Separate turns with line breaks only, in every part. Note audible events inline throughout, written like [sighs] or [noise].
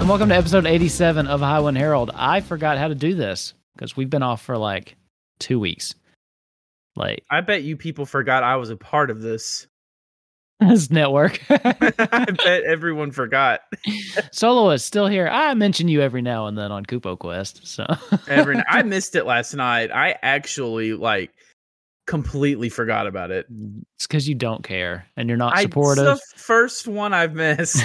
and welcome to episode 87 of High One Herald. I forgot how to do this because we've been off for like two weeks. Like, [laughs]
I bet you people forgot I was a part of this. [laughs]
this network. [laughs]
I bet everyone forgot
Solo is still here. I mention you every now and then on Kupo Quest. So [laughs]
every night. I missed it last night. I actually like completely forgot about it.
it's because you don't care and you're not
I-
supportive.
it's the first one I've
[laughs]
missed. [laughs]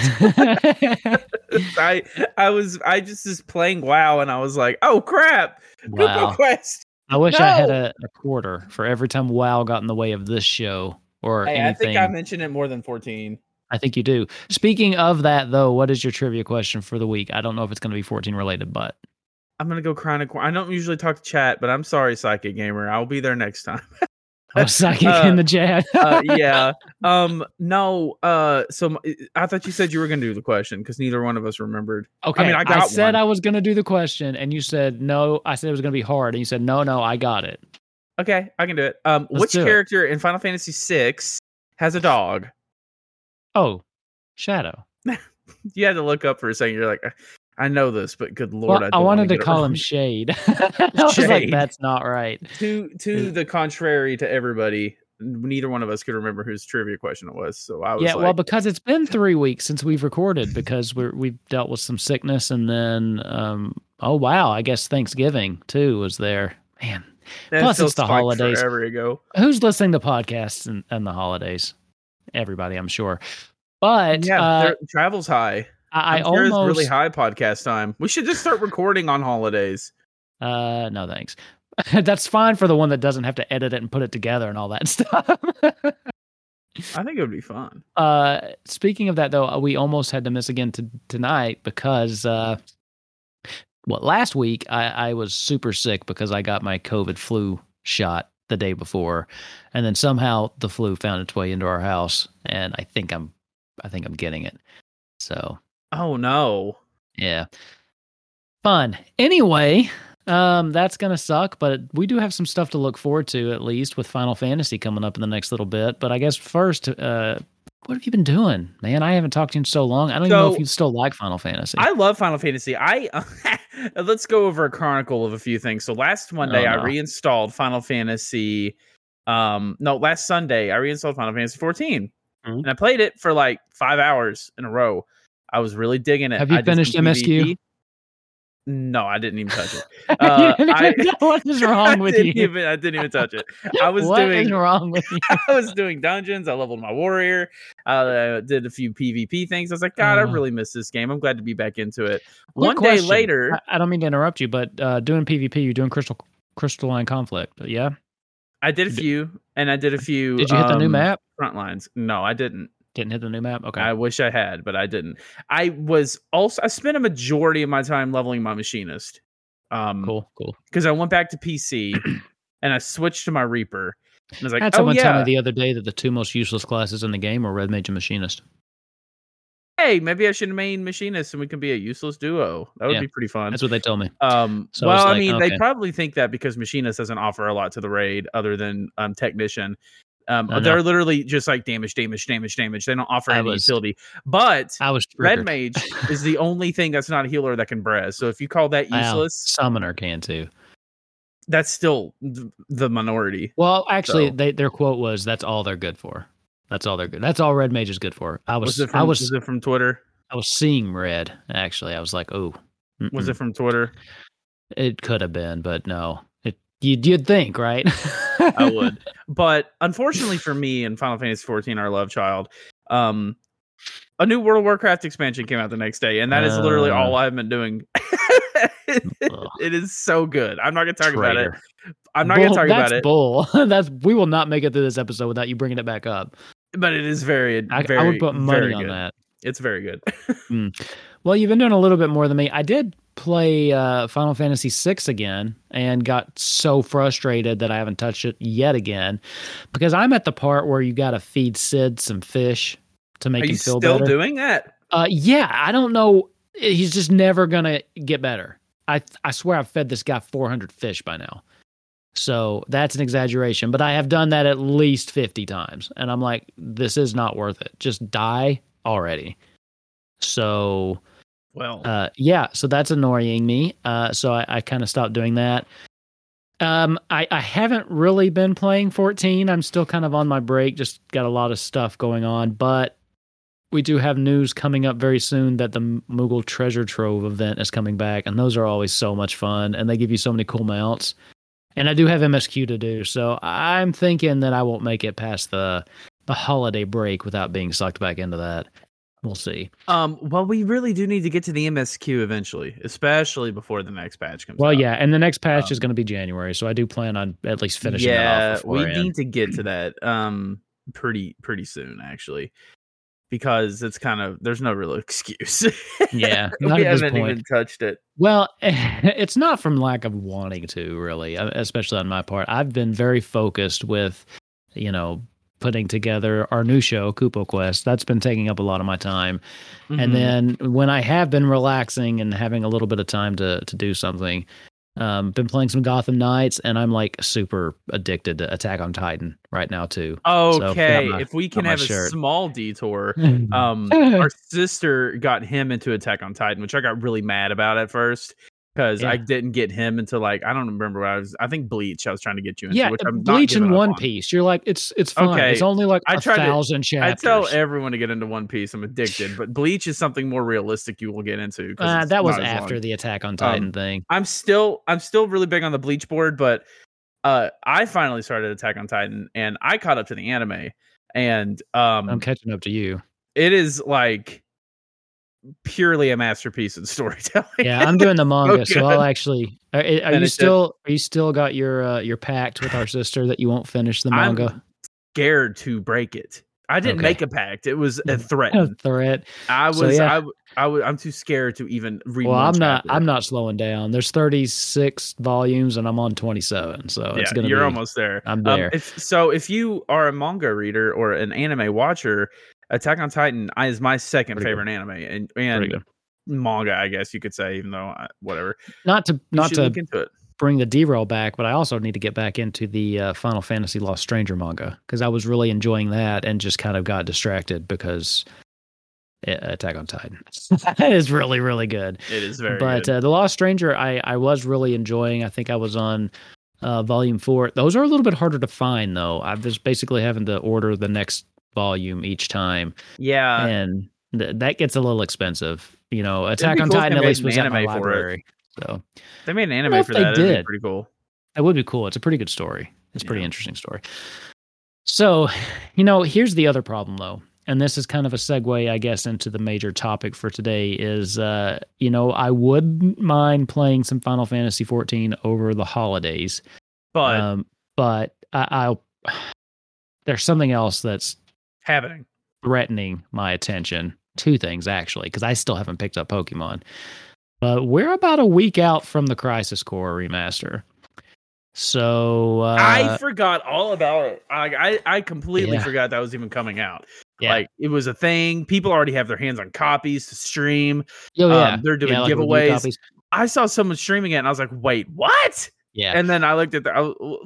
I I was I just was playing WoW and I was like, oh crap, Google [laughs]
wow.
Quest.
I wish I had
No.
a, a quarter for every time WoW got in the way of this show or
Hey, I
anything.
think I mentioned it more than fourteen.
I think you do. Speaking of that, though, what is your trivia question for the week? I don't know if it's going to be 14 related, but
I'm gonna go chronic. I don't usually talk to chat, but I'm sorry, psychic gamer. I'll be there next
[laughs]
time.
I was
[laughs]
psychic
Uh,
in the chat.
Uh, yeah. Um. No. Uh. So m- I thought you said you were gonna do the question because neither one of us remembered.
[laughs] okay. I
mean, I got
said
one.
I was going to do the question and you said no. I said it was going to be hard and you said no, no, I got it.
Okay, I can do it. Um.
Let's
which
do it.
character in Final Fantasy VI has a dog?
Oh, Shadow.
You had to look up for a second. You're like, I know this, but good lord,
Well, I,
don't wanna
wanted to
get it [laughs]
call
wrong.
him Shade. [laughs] I was like,
Shade.
that's not right.
to
uh,
to the contrary to everybody, neither one of us could remember whose trivia question it was. So I was
Yeah,
like,
well, because it's been three weeks since we've recorded because we're, we've dealt with some sickness and then, um, oh wow, I guess Thanksgiving too was there. Man,
that
plus
feels
it's the
like
holidays.
Forever ago.
who's listening to podcasts and, and the holidays? Everybody, I'm sure. But
yeah,
uh,
their- travel's high.
I, I
I'm sure it's
almost
really high podcast time. We should just start recording on holidays.
uh, no thanks. [laughs] That's fine for the one that doesn't have to edit it and put it together and all that [laughs] stuff.
I think it would be fun.
uh speaking of that though we almost had to miss again to tonight because uh well last week i i was super sick because i got my covid flu shot the day before and then somehow the flu found its way into our house and i think i'm i think i'm getting it so
Oh no.
yeah fun anyway um that's gonna suck but we do have some stuff to look forward to at least with final fantasy coming up in the next little bit but i guess first uh what have you been doing man i haven't talked to you in so long i don't even know
So-
if you still like final fantasy
I love Final Fantasy. I [laughs] let's go over a chronicle of a few things. So last Monday
Oh,
I
no.
reinstalled Final Fantasy. Um, no, last Sunday I reinstalled Final Fantasy 14,
Mhm.
and I played it for like five hours in a row. I was really digging it.
Have you
I did
finished
some
MSQ?
PvP. No, I didn't even
[laughs]
touch it. uh,
[laughs] You don't
I-
know [laughs] what
[laughs]
is
I
wrong with
didn't
you
Even, I didn't even
[laughs]
touch it. I was
What
doing
is wrong with
[laughs]
you
I was doing dungeons. I leveled my warrior. Uh, I did a few PvP things. I was like, God, I
Uh.
really miss this game. I'm glad to be back into it.
Quick
One
question.
day later,
I, I don't mean to interrupt you but uh doing pvp you're doing crystal crystalline conflict yeah
I did a
D-
few, and I did a few.
did you hit the new
um,
map
Front lines. No, I didn't.
didn't hit the new map okay
I wish I had, but I didn't. I was also. I spent a majority of my time leveling my machinist. Um,
cool cool
Because I went back to
[clears throat]
PC, and I switched to my reaper. And I was like,
I had
oh
someone tell
yeah,
me the other day that the two most useless classes in the game are Red Mage and Machinist.
hey, maybe I should main machinist, and we can be a useless duo. That would
Yeah.
be pretty fun.
That's what they told me.
Um,
So I was
well, I,
like,
mean, they
okay.
probably think that because machinist doesn't offer a lot to the raid other than um, technician. Um,
I know.
they're literally just like damage, damage, damage, damage. They don't offer
I
any
was-
utility. But
I was
red
triggered.
mage
[laughs]
is the only thing that's not a healer that can brez. So if you call that
Wow.
useless,
Summoner can too.
that's still th- the minority.
Well, actually,
So-
they, their quote was, "That's all they're good for. That's all they're good. That's all Red Mage is good for." I was,
Was, it from,
I
was,
was,
it from Twitter?
I was seeing red. Actually, I was like, "Oh,
Was
mm-mm."
it from Twitter?
It could have been, but no. It you'd, you'd think, right?
I
[laughs]
would. But unfortunately for me in Final Fantasy 14, our love child, um, a new World of Warcraft expansion came out the next day, and that is literally all
Uh.
I've been doing. [laughs]
Ugh.
it is so good. I'm not gonna talk about it.
Traitor.
I'm not
Bull-
gonna talk about
that's
it,
Bull. [laughs] that's we will not make it through this episode without you bringing it back up.
but it is very,
I,
very
I would put money
very
on
good.
that.
It's very good.
Well, you've been doing a little bit more than me. I did play uh, Final Fantasy VI again and got so frustrated that I haven't touched it yet again because I'm at the part where you got to feed Sid some fish to make
Are
him
you
feel
still
better.
doing that?
Uh, yeah, I don't know. He's just never gonna get better. I I swear I've fed this guy 400 fish by now. So that's an exaggeration, but I have done that at least 50 times, and I'm like, this is not worth it. Just die already. So
Well,
uh, yeah, so that's annoying me. Uh, so I, I kind of stopped doing that. Um, I, I haven't really been playing 14. I'm still kind of on my break, just got a lot of stuff going on. But we do have news coming up very soon that the Moogle Treasure Trove event is coming back. And those are always so much fun. And they give you so many cool mounts. And I do have MSQ to do. So I'm thinking that I won't make it past the, the holiday break without being sucked back into that. We'll see.
um, well, we really do need to get to the MSQ eventually, especially before the next patch comes.
Well,
out.
yeah, and the next patch
Um,
is going to be January, so I do plan on at least finishing that off
we
beforehand.
need [laughs] to get
[clears throat]
to that um pretty pretty soon actually, because it's kind of there's no real [laughs] excuse.
yeah,
[laughs]
not
we
at this
haven't
point.
even touched it.
Well, [laughs] it's not from lack of wanting to, really, uh, especially on my part. I've been very focused with, you know, putting together our new show, Kupo Quest. That's been taking up a lot of my time.
Mhm.
and then when I have been relaxing and having a little bit of time to to do something, um, been playing some Gotham Knights, and I'm like super addicted to Attack on Titan right
[laughs]
now too. got
okay,
my-
if we can
my
have a
shirt. Mm.
small
[laughs]
detour. Um, our sister got him into Attack on Titan, which I got really mad about at first because I
Yeah.
didn't get him until like I don't remember what I was. I think Bleach. I was trying to get you into.
yeah, uh,
which I'm not
Bleach
giving
and
up
One
on.
Piece. You're like it's it's fine.
Okay,
It's only like
I
a
tried to-
thousand
I
chapters.
tell everyone to get into One Piece. I'm addicted, but Bleach is something more realistic. You will get into. 'cause
Uh,
it's
that was
not as long. Um,
after the Attack on Titan thing.
I'm still I'm still really big on the Bleach board, but uh, I finally started Attack on Titan, and I caught up to the anime, and um,
I'm catching up
[laughs]
to you.
it is like purely a masterpiece in [laughs] storytelling.
Yeah, I'm doing the manga, so,
good.
I'll actually. Are, are
Finish
you
it.
still? Are you still got your uh, your pact with our sister that you won't finish the
I'm- [clears throat]
manga?
scared to break it. I didn't
Okay.
make a pact. It was a
[laughs]
threat.
A threat.
I was
So, yeah.
I w- I w- I'm too scared to even read.
Well,
one
I'm not.
chapter.
I'm not slowing down. There's 36 volumes, and I'm on 27, so it's
Yeah,
gonna.
you're
be,
almost there.
I'm
Um,
there.
if, so if you are a manga reader or an anime watcher, Attack on Titan uh, is my second
Pretty
favorite anime and
Pretty
and
good.
manga, I guess you could say, even though I, whatever.
Not to
You
not
should
to
look into it.
bring the derail back, but I also need to get back into the uh, Final Fantasy Lost Stranger manga because I was really enjoying that and just kind of got distracted because uh, Attack on Titan [laughs] is really really good.
It is very.
but
good.
Uh, the lost stranger I, I was really enjoying i think i was on uh, volume four those are a little bit harder to find though i'm just basically having to order the next volume each time
yeah,
and th- that gets a little expensive you know attack
be
on
cool if
titan
they
at
made
least
an
was at my
anime for it.
library so
they made an
know
anime
if
for
they
that. It'd be
did.
Pretty cool.
that would be cool it's a pretty good story it's a pretty
Yeah.
interesting story so you know here's the other problem though and this is kind of a segue i guess into the major topic for today is uh you know i wouldn't mind playing some final fantasy 14 over the holidays
But
um but I, i'll [sighs] there's something else that's
happening.
threatening my attention two things actually because i still haven't picked up pokemon but we're about a week out from the crisis core remaster so uh,
I forgot all about it. I I, I completely
Yeah.
forgot that was even coming out.
Yeah.
Like it was a thing. People already have their hands on copies to stream.
Oh,
Um, they're doing
review
giveaways.
copies.
I saw someone streaming it, and I was like, "Wait, what?"
Yeah,
And then I looked at the I w-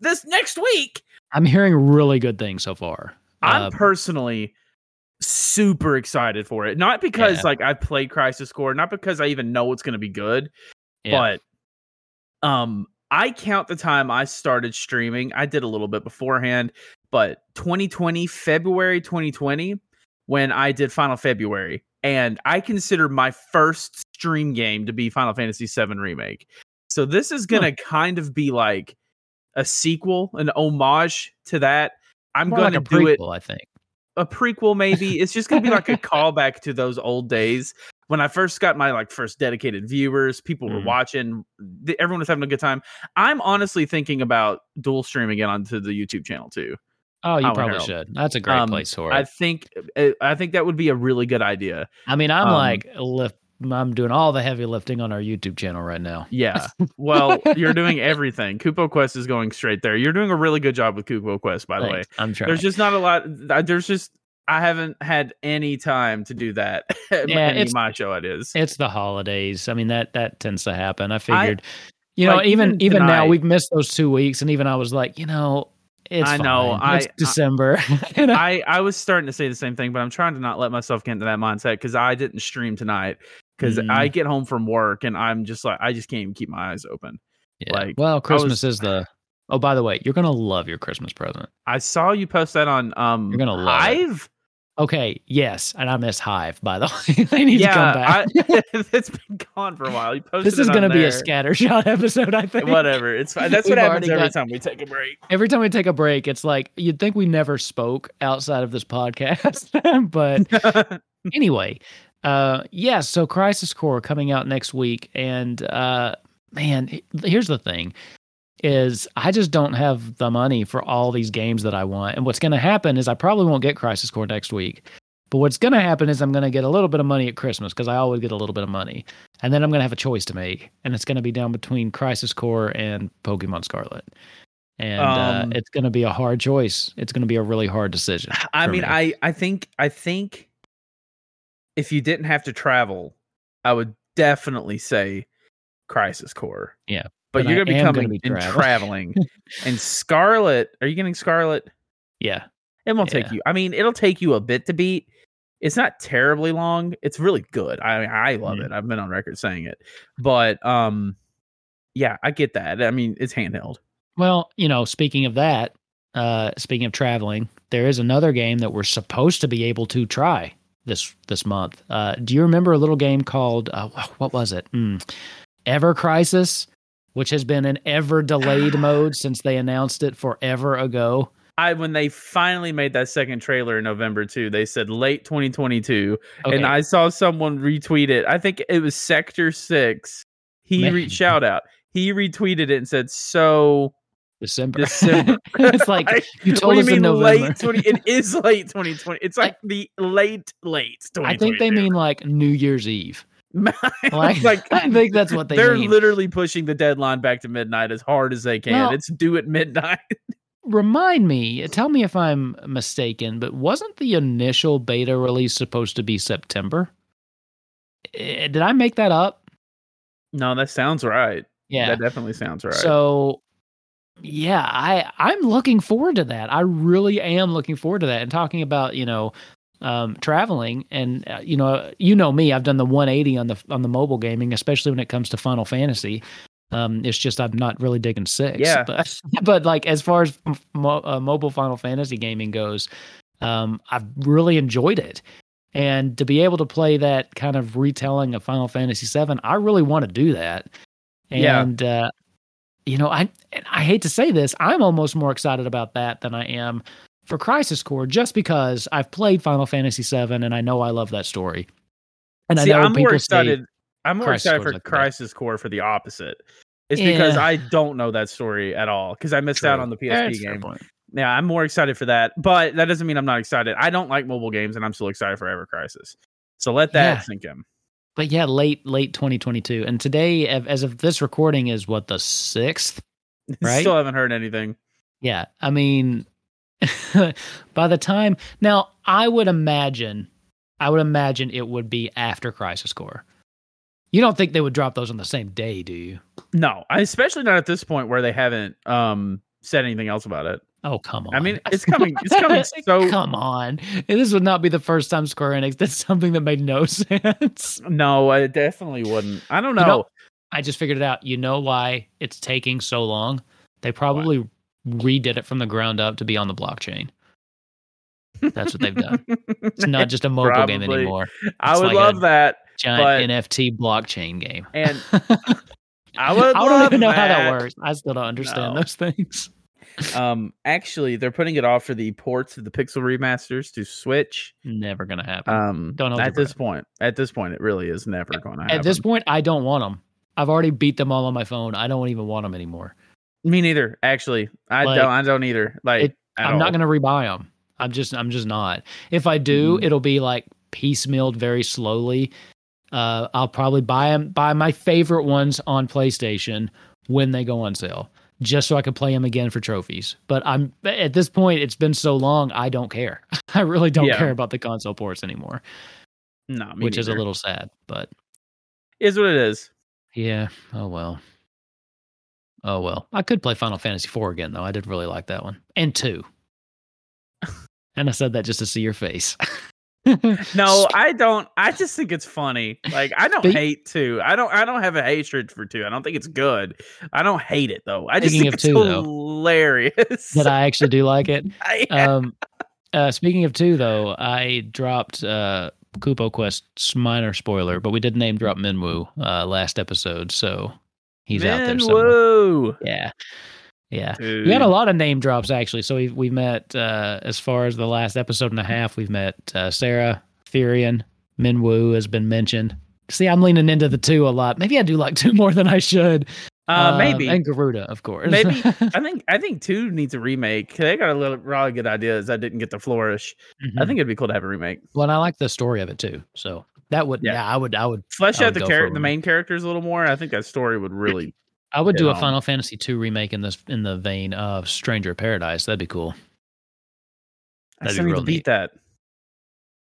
this next week.
I'm hearing really good things so far.
I'm
Uh,
personally super excited for it. Not because
Yeah.
like I've played Crisis Core, not because I even know it's going to be good,
Yeah.
but um, I count the time I started streaming. I did a little bit beforehand, but 2020 February 2020 when I did Final February, and I consider my first stream game to be Final Fantasy VII Remake. So this is going to kind of be like a sequel, an homage to that. I'm
More
going
like a
to do it
prequel, I think.
a prequel maybe it's just gonna be
[laughs]
like a callback to those old days when i first got my like first dedicated viewers people were
Mm.
watching th- everyone was having a good time i'm honestly thinking about dual streaming it onto the youtube channel too
Oh, you
Howard
probably
Harold.
should. That's a great
Um,
place for it.
eh, i think i I think that would be a really good idea
I mean, I'm
um,
like left I'm doing all the heavy lifting on our YouTube channel right now.
Yeah. Well, you're
[laughs]
doing everything. Kupo Quest is going straight there. You're doing a really good job with Kupo Quest, by the way.
Thanks. I'm trying.
There's just not a lot. I- There's just I haven't had any time to do that. [laughs]
Yeah,
any
it's-
macho it is.
it's the holidays. I mean that that tends to happen. I
I-
figured, you know,
like,
even
even
even now
tonight-
we've missed those two weeks, and even I was like, you know, it's
I know,
fine. it's
I- I-
December. [laughs] You know?
I I was starting to say the same thing, but I'm trying to not let myself get into that mindset because I didn't stream tonight because
Mm.
I get home from work and I'm just like I just can't even keep my eyes open.
Yeah.
like,
well,
I was-
Christmas is the. Oh, by the way, you're gonna love your Christmas present.
I saw you post that on um
You're gonna love it. [laughs]
Hive.
Okay, yes, and I miss Hive. By the [laughs] way, they need to
Yeah,
come back.
I, [laughs] it's been gone for a while. You posted
this is
going to
gonna be a scattershot [laughs] episode. I think.
Whatever, it's fine. That's what
[laughs] We've
happens
already
every
got-
time we take a break.
Every time we take a break, it's like you'd think we never spoke outside of this podcast, [laughs] but anyway, uh, yeah, so Crisis Core coming out next week, and uh, man, he- here's the thing: is I just don't have the money for all these games that I want, and what's going to happen is I probably won't get Crisis Core next week. But what's going to happen is I'm going to get a little bit of money at Christmas because I always get a little bit of money, and then I'm going to have a choice to make, and it's going to be down between Crisis Core and Pokemon Scarlet. And
Um,
uh, it's going to be a hard choice. It's going to be a really hard decision.
I
for
mean,
me.
I I think I think if you didn't have to travel, I would definitely say Crisis Core.
Yeah,
but,
but
you're gonna
I
be
am gonna
coming
be
and
traveling.
traveling.
[laughs]
and Scarlet, are you getting Scarlet?
yeah,
It won't take
Yeah.
you. I mean, it'll take you a bit to beat. It's not terribly long. It's really good. I mean, I love
Mhm.
it. I've been on record saying it. But um, yeah, I get that. I mean, it's handheld.
Well, you know, speaking of that, uh, speaking of traveling, there is another game that we're supposed to be able to try this this month. Uh, do you remember a little game called uh, wh- what was it? Mm. Ever Crisis, which has been in ever delayed mode since they announced it forever ago.
I when they finally made that second trailer in November too, they said late 2022.
Okay.
And I saw someone retweet it. I think it was Sector Six. He
Man.
re- shout out. He retweeted it and said, "So
December.
December." [laughs]
it's like you
what
told
do
us in November.
late twenty. It is late twenty twenty. It's like the late late.
[laughs] I think they
2022.
mean like New Year's Eve. Like,
[laughs]
[laughs]
like
I think that's what they
are
mean.
literally pushing the deadline back to midnight as hard as they can.
Well-
it's due at midnight. [laughs]
remind me, tell me if I'm mistaken, but wasn't the initial beta release supposed to be September? Eh, Did I make that up?
No, that sounds right.
Yeah.
That definitely sounds right.
So yeah, I I'm looking forward to that. I really am looking forward to that. And talking about, you know, um traveling and uh, you know, you know me, I've done the 180 on the on the mobile gaming, especially when it comes to Final Fantasy. Um it's just I'm not really digging 6.
Yeah.
But [laughs] but like as far as mo- uh, mobile Final Fantasy gaming goes, um I've really enjoyed it. And to be able to play that kind of retelling of Final Fantasy 7, I really want to do that.
Yeah.
And uh you know, I and I hate to say this, I'm almost more excited about that than I am for Crisis Core, just because I've played Final Fantasy VII and I know I love that story. And
See,
I know
I'm more
people
excited.
say,
I'm more
Crisis
excited
Core's
for
like the best.
Crisis Core for the opposite. It's because
Yeah.
I don't know that story at all because I missed out
True.
on the
"Eh,
PSP
it's a fair
game.
point."
Yeah, I'm more excited for that, but that doesn't mean I'm not excited. I don't like mobile games, and I'm still excited for Ever Crisis. So let that
Yeah.
sink in. [laughs]
But yeah, late late 2022, and today, av- as of this recording, is what the sixth. Right?
Still haven't heard anything.
Yeah, I mean, [laughs] by the time now, I would imagine, I would imagine it would be after Crisis Core. You don't think they would drop those on the same day, do you?
No, I- especially not at this point where they haven't um said anything else about it.
Oh come on!
I mean,
[laughs]
it's coming. It's coming. So
come on, this would not be the first time Square Enix did [laughs] something that made no sense.
no, I definitely wouldn't. I don't know.
You know- I just figured it out. You know why it's taking so long? They probably redid it from the ground up to be on the blockchain. That's what
[laughs]
they've done. It's not just a mobile game
Probably.
anymore.
I
it's
would
like
love
a-
that,
Giant
But-
NFT blockchain game. [laughs]
and I would.
I
love
don't even know how
that.
that works. I still don't understand
No.
those things. [laughs]
Um, actually, they're putting it off for the ports of the Pixel remasters to Switch.
Never gonna happen.
Um,
Don't hold your
at this point, at this point, it really is never going to happen.
At this point, I don't want them. I've already beat them all on my phone. I don't even want them anymore.
me neither. Actually, I
Like,
don't. I don't either. Like,
it-
at
I'm not
all.
going to rebuy them. I'm just I'm just not. If I do,
Mhm.
it'll be like piecemealed very slowly Uh, I'll probably buy 'em- buy my favorite ones on PlayStation when they go on sale, just so I can play them again for trophies. But I'm at this point, it's been so long, I don't care. [laughs] I really don't
Yeah.
care about the console ports anymore,
No, me
which is a
neither.
little sad. But
is what it is.
yeah, oh well. Oh well. I could play Final Fantasy IV again though. I did really like that one and two. and I said that just to see your face. [laughs]
No, I don't. I just think it's funny. Like I don't
Spe-
hate two. I don't. I don't have a hatred for two. I don't think it's good. I don't hate it though. I just
Speaking
think
of
it's
two, though,
hilarious.
that I actually do like it.
[laughs] I-
Um, uh, speaking of two, though, I dropped uh, Kupo Quest's minor spoiler, but we did name drop Minwoo uh, last episode, so he's out there.
Man,
Somewhere.
woo.
Yeah, yeah.
Dude.
We had a lot of name drops actually. So we we met uh, as far as the last episode and a half. We've met uh, Sarah Furian, Minwoo has been mentioned. See, I'm leaning into the two a lot. Maybe I do like two more than I should.
Uh, maybe.
and Garuda, of course. [laughs] Mm-hmm.
Maybe. I think. I think two needs a remake. They got a little really good ideas. I didn't get to flourish. I
Mhm.
think it'd be cool to have a remake.
Well, and I like the story of it too. So that would, yeah,
Yeah.
I would, I would,
Flesh
I
out
would
the
go
character,
for
the
it.
main characters a little more. I think that story would really.
I would
Yeah,
do a
no.
Final Fantasy II remake in this, in the vein of Stranger Paradise. That'd be cool.
I
That'd
still
be
need to
real
beat
neat.
that.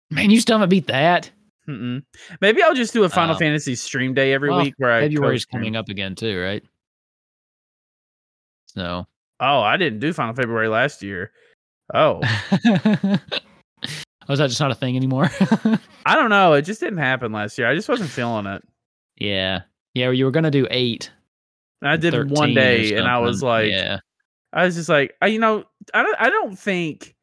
Man, you still haven't beat that.
Mm-mm. Maybe I'll just do a Final
Um,
Fantasy stream day every
well,
week where I
February's
co-stream.
coming up again too, right? So,
Oh, I didn't do Final February last year.
[laughs]
Oh,
oh, is that just not a thing anymore? [laughs]
I don't know. It just didn't happen last year. I just wasn't feeling it.
yeah, yeah. You were gonna do eight.
And I
and
did
13
one
or
day, and I was
something.
like,
yeah,
I was just like, I, you know, I don't, I don't think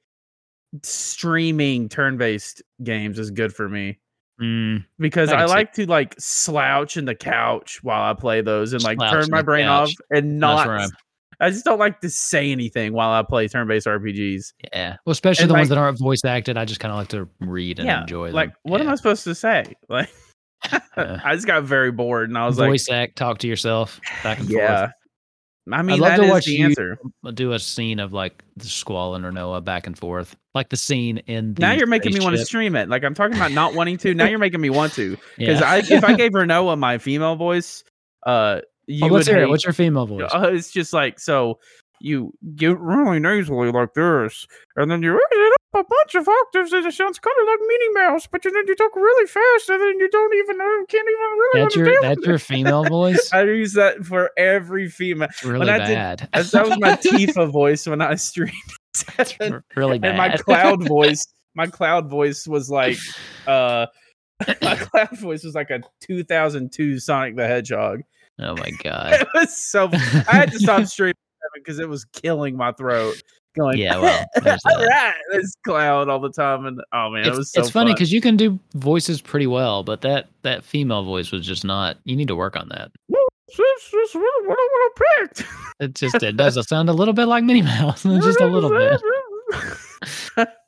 streaming turn-based games is good for me
Mm,
because
I
I,
can see.
like to like slouch in the couch while I play those and like
Slouch in
turn my
the
brain
couch.
off and
that's
not.
where I'm.
I just don't like to say anything while I play turn-based RPGs.
Yeah, well, especially
And
the ones
like-
that aren't voice acted. I just kind of like to read and enjoy them.
Like, what am I supposed to say? [laughs] Like,
Yeah.
I just got very bored, and I was like,
voice act, talk to yourself, back and
yeah. I mean,
love
that
to
is
watch
the
you
answer.
forth. Do a scene of like the squall and Renoa back and forth, like the scene in. The
Now you're making me want to
spaceship.
stream it. Like I'm talking about not wanting to. Now you're making me want
[laughs]
to. Because
Yeah.
I, if I gave Renoa my female voice, uh, you
Oh,
would
let's hear it.
hate-
What's your female voice?
Uh, it's just like so. You get really nasally like this, and then you raise it up a bunch of octaves, and it sounds kind of like Minnie Mouse. But then you talk really fast, and then you don't even know, can't even really
that's your
understand.
that's your female voice.
[laughs] I use that for every female.
It's really
I did-
bad.
That's- That was
[laughs]
my [laughs] Tifa voice when I streamed. [laughs]
R- really bad. [laughs]
and my cloud voice my cloud voice was like uh my cloud voice was like a 2002 sonic the hedgehog [laughs]
oh my god.
it was so i had to stop streaming because it was killing my throat going [laughs]
[laughs] Yeah, well, there's
all
that.
right this cloud all the time and oh man
It's,
it was so
it's funny
fun. [laughs]
because you can do voices pretty well, but that that female voice was just not. You need to work on that.
Well, this is what I want to pick.
It just it does sound a little bit like Minnie
[laughs]
Mouse, [laughs] just a little bit.